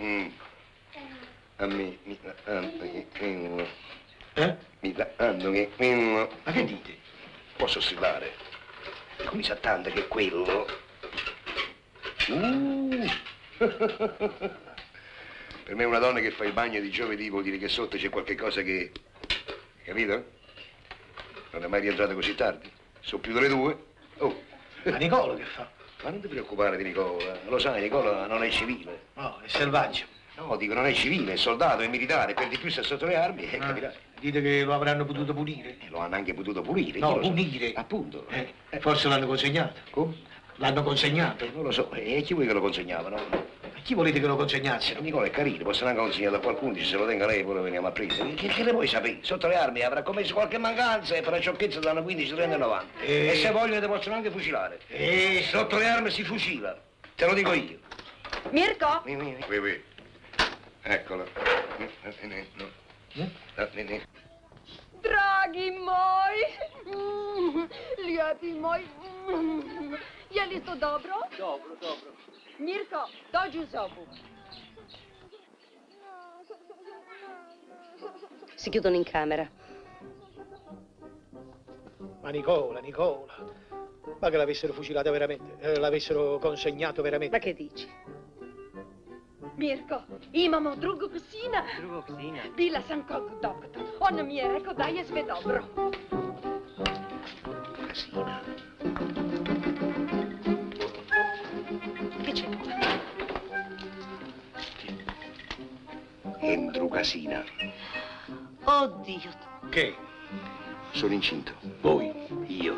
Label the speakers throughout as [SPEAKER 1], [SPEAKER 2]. [SPEAKER 1] Mm. A me mi dà tanto che quello,
[SPEAKER 2] Eh?
[SPEAKER 1] mi dà tanto che quello.
[SPEAKER 2] Ma che dite?
[SPEAKER 1] Posso osservare? Dico, mi sa tanto che quello. Uh. per me una donna che fa il bagno di giovedì vuol dire che sotto c'è qualche cosa che. Capito? Non è mai rientrata così tardi. Sono più delle due. Oh.
[SPEAKER 2] Ma Nicolo che fa?
[SPEAKER 1] Ma non ti preoccupare di Nicola. Lo sai, Nicola non è civile.
[SPEAKER 2] No, è selvaggio.
[SPEAKER 1] No, dico non è civile, è soldato, è militare, per di più sta sotto le armi, eh,
[SPEAKER 2] Ah,
[SPEAKER 1] capirà.
[SPEAKER 2] Dite che lo avranno potuto pulire?
[SPEAKER 1] E lo hanno anche potuto pulire.
[SPEAKER 2] No,
[SPEAKER 1] chi lo sa?
[SPEAKER 2] punire.
[SPEAKER 1] Appunto.
[SPEAKER 2] Eh, forse l'hanno consegnato.
[SPEAKER 1] Come?
[SPEAKER 2] L'hanno consegnato.
[SPEAKER 1] Eh, Non lo so, e chi vuoi che lo consegnavano?
[SPEAKER 2] A chi volete che lo consegnassero?
[SPEAKER 1] Nicola è carino, possono anche consegnarlo a qualcuno, dice se lo tenga lei poi lo veniamo a prendere. Eh, Che, che ne vuoi sapere? Sotto le armi avrà commesso qualche mancanza eh, e per la sciocchezza danno 15, 30 e 90.
[SPEAKER 2] Eh.
[SPEAKER 1] E se vogliono ti possono anche fucilare.
[SPEAKER 2] Eh,
[SPEAKER 1] Sotto le armi si fucila, te lo dico io.
[SPEAKER 3] Mirko,
[SPEAKER 1] Qui, qui. Eccolo. No.
[SPEAKER 2] Eh?
[SPEAKER 1] No, ne- ne-
[SPEAKER 4] Dragi moji, mm, lijepi moji, mm, je li to dobro? Dobro, dobro. Mirko, dođi u sobu.
[SPEAKER 3] si chiudono in camera.
[SPEAKER 2] Ma Nicola, Nicola. Ma che l'avessero fucilata veramente, eh, l'avessero consegnato veramente.
[SPEAKER 3] Ma che dici?
[SPEAKER 4] Mirko, imamo drugog sina.
[SPEAKER 5] Drugog sina?
[SPEAKER 4] Bila sam kod doktora. On mi je rekao da je sve dobro.
[SPEAKER 1] Casina.
[SPEAKER 3] Che c'è?
[SPEAKER 1] Andrew Casina.
[SPEAKER 3] Oddio.
[SPEAKER 2] Che?
[SPEAKER 1] Sono incinto.
[SPEAKER 2] Voi?
[SPEAKER 1] Io.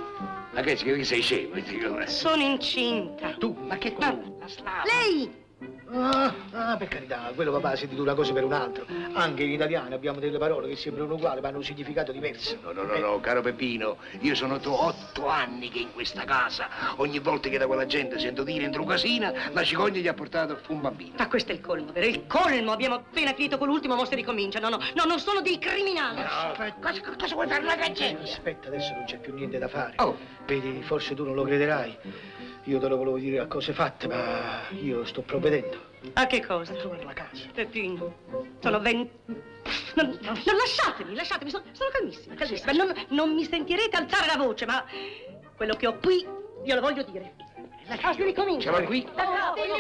[SPEAKER 1] Ma che che sei scemo? dico, eh.
[SPEAKER 3] Sono incinta.
[SPEAKER 1] Tu, ma che
[SPEAKER 3] Ma,
[SPEAKER 1] tu?
[SPEAKER 3] la slava.
[SPEAKER 4] Lei!
[SPEAKER 2] Ah, ah, per carità, quello papà si dice una cosa per un altro. Anche in italiano abbiamo delle parole che sembrano uguali ma hanno un significato diverso.
[SPEAKER 1] No, no, no, no, caro Peppino, io sono to- otto anni che in questa casa, ogni volta che da quella gente sento dire Andrew Casina, la cicogna gli ha portato un bambino.
[SPEAKER 3] Ma questo è il colmo, vero? Il colmo! Abbiamo appena finito con l'ultimo, mo si ricomincia. No, no, no, non sono dei criminali.
[SPEAKER 1] Cosa, cosa vuoi fare la gazzetta?
[SPEAKER 2] Eh, Aspetta, adesso non c'è più niente da fare.
[SPEAKER 1] Oh.
[SPEAKER 2] Vedi, forse tu non lo crederai. Io te lo volevo dire a cose fatte, ma io sto provvedendo.
[SPEAKER 3] A che cosa?
[SPEAKER 2] Trovare la casa.
[SPEAKER 3] Peppino, sono venti... Non, non lasciatemi, lasciatemi, sono, sono calmissima, calmissima. Non, non mi sentirete alzare la voce, ma quello che ho qui, io lo voglio dire. Ah, si ricomincia.
[SPEAKER 1] Ce l'ho qui.
[SPEAKER 3] Da capo, io-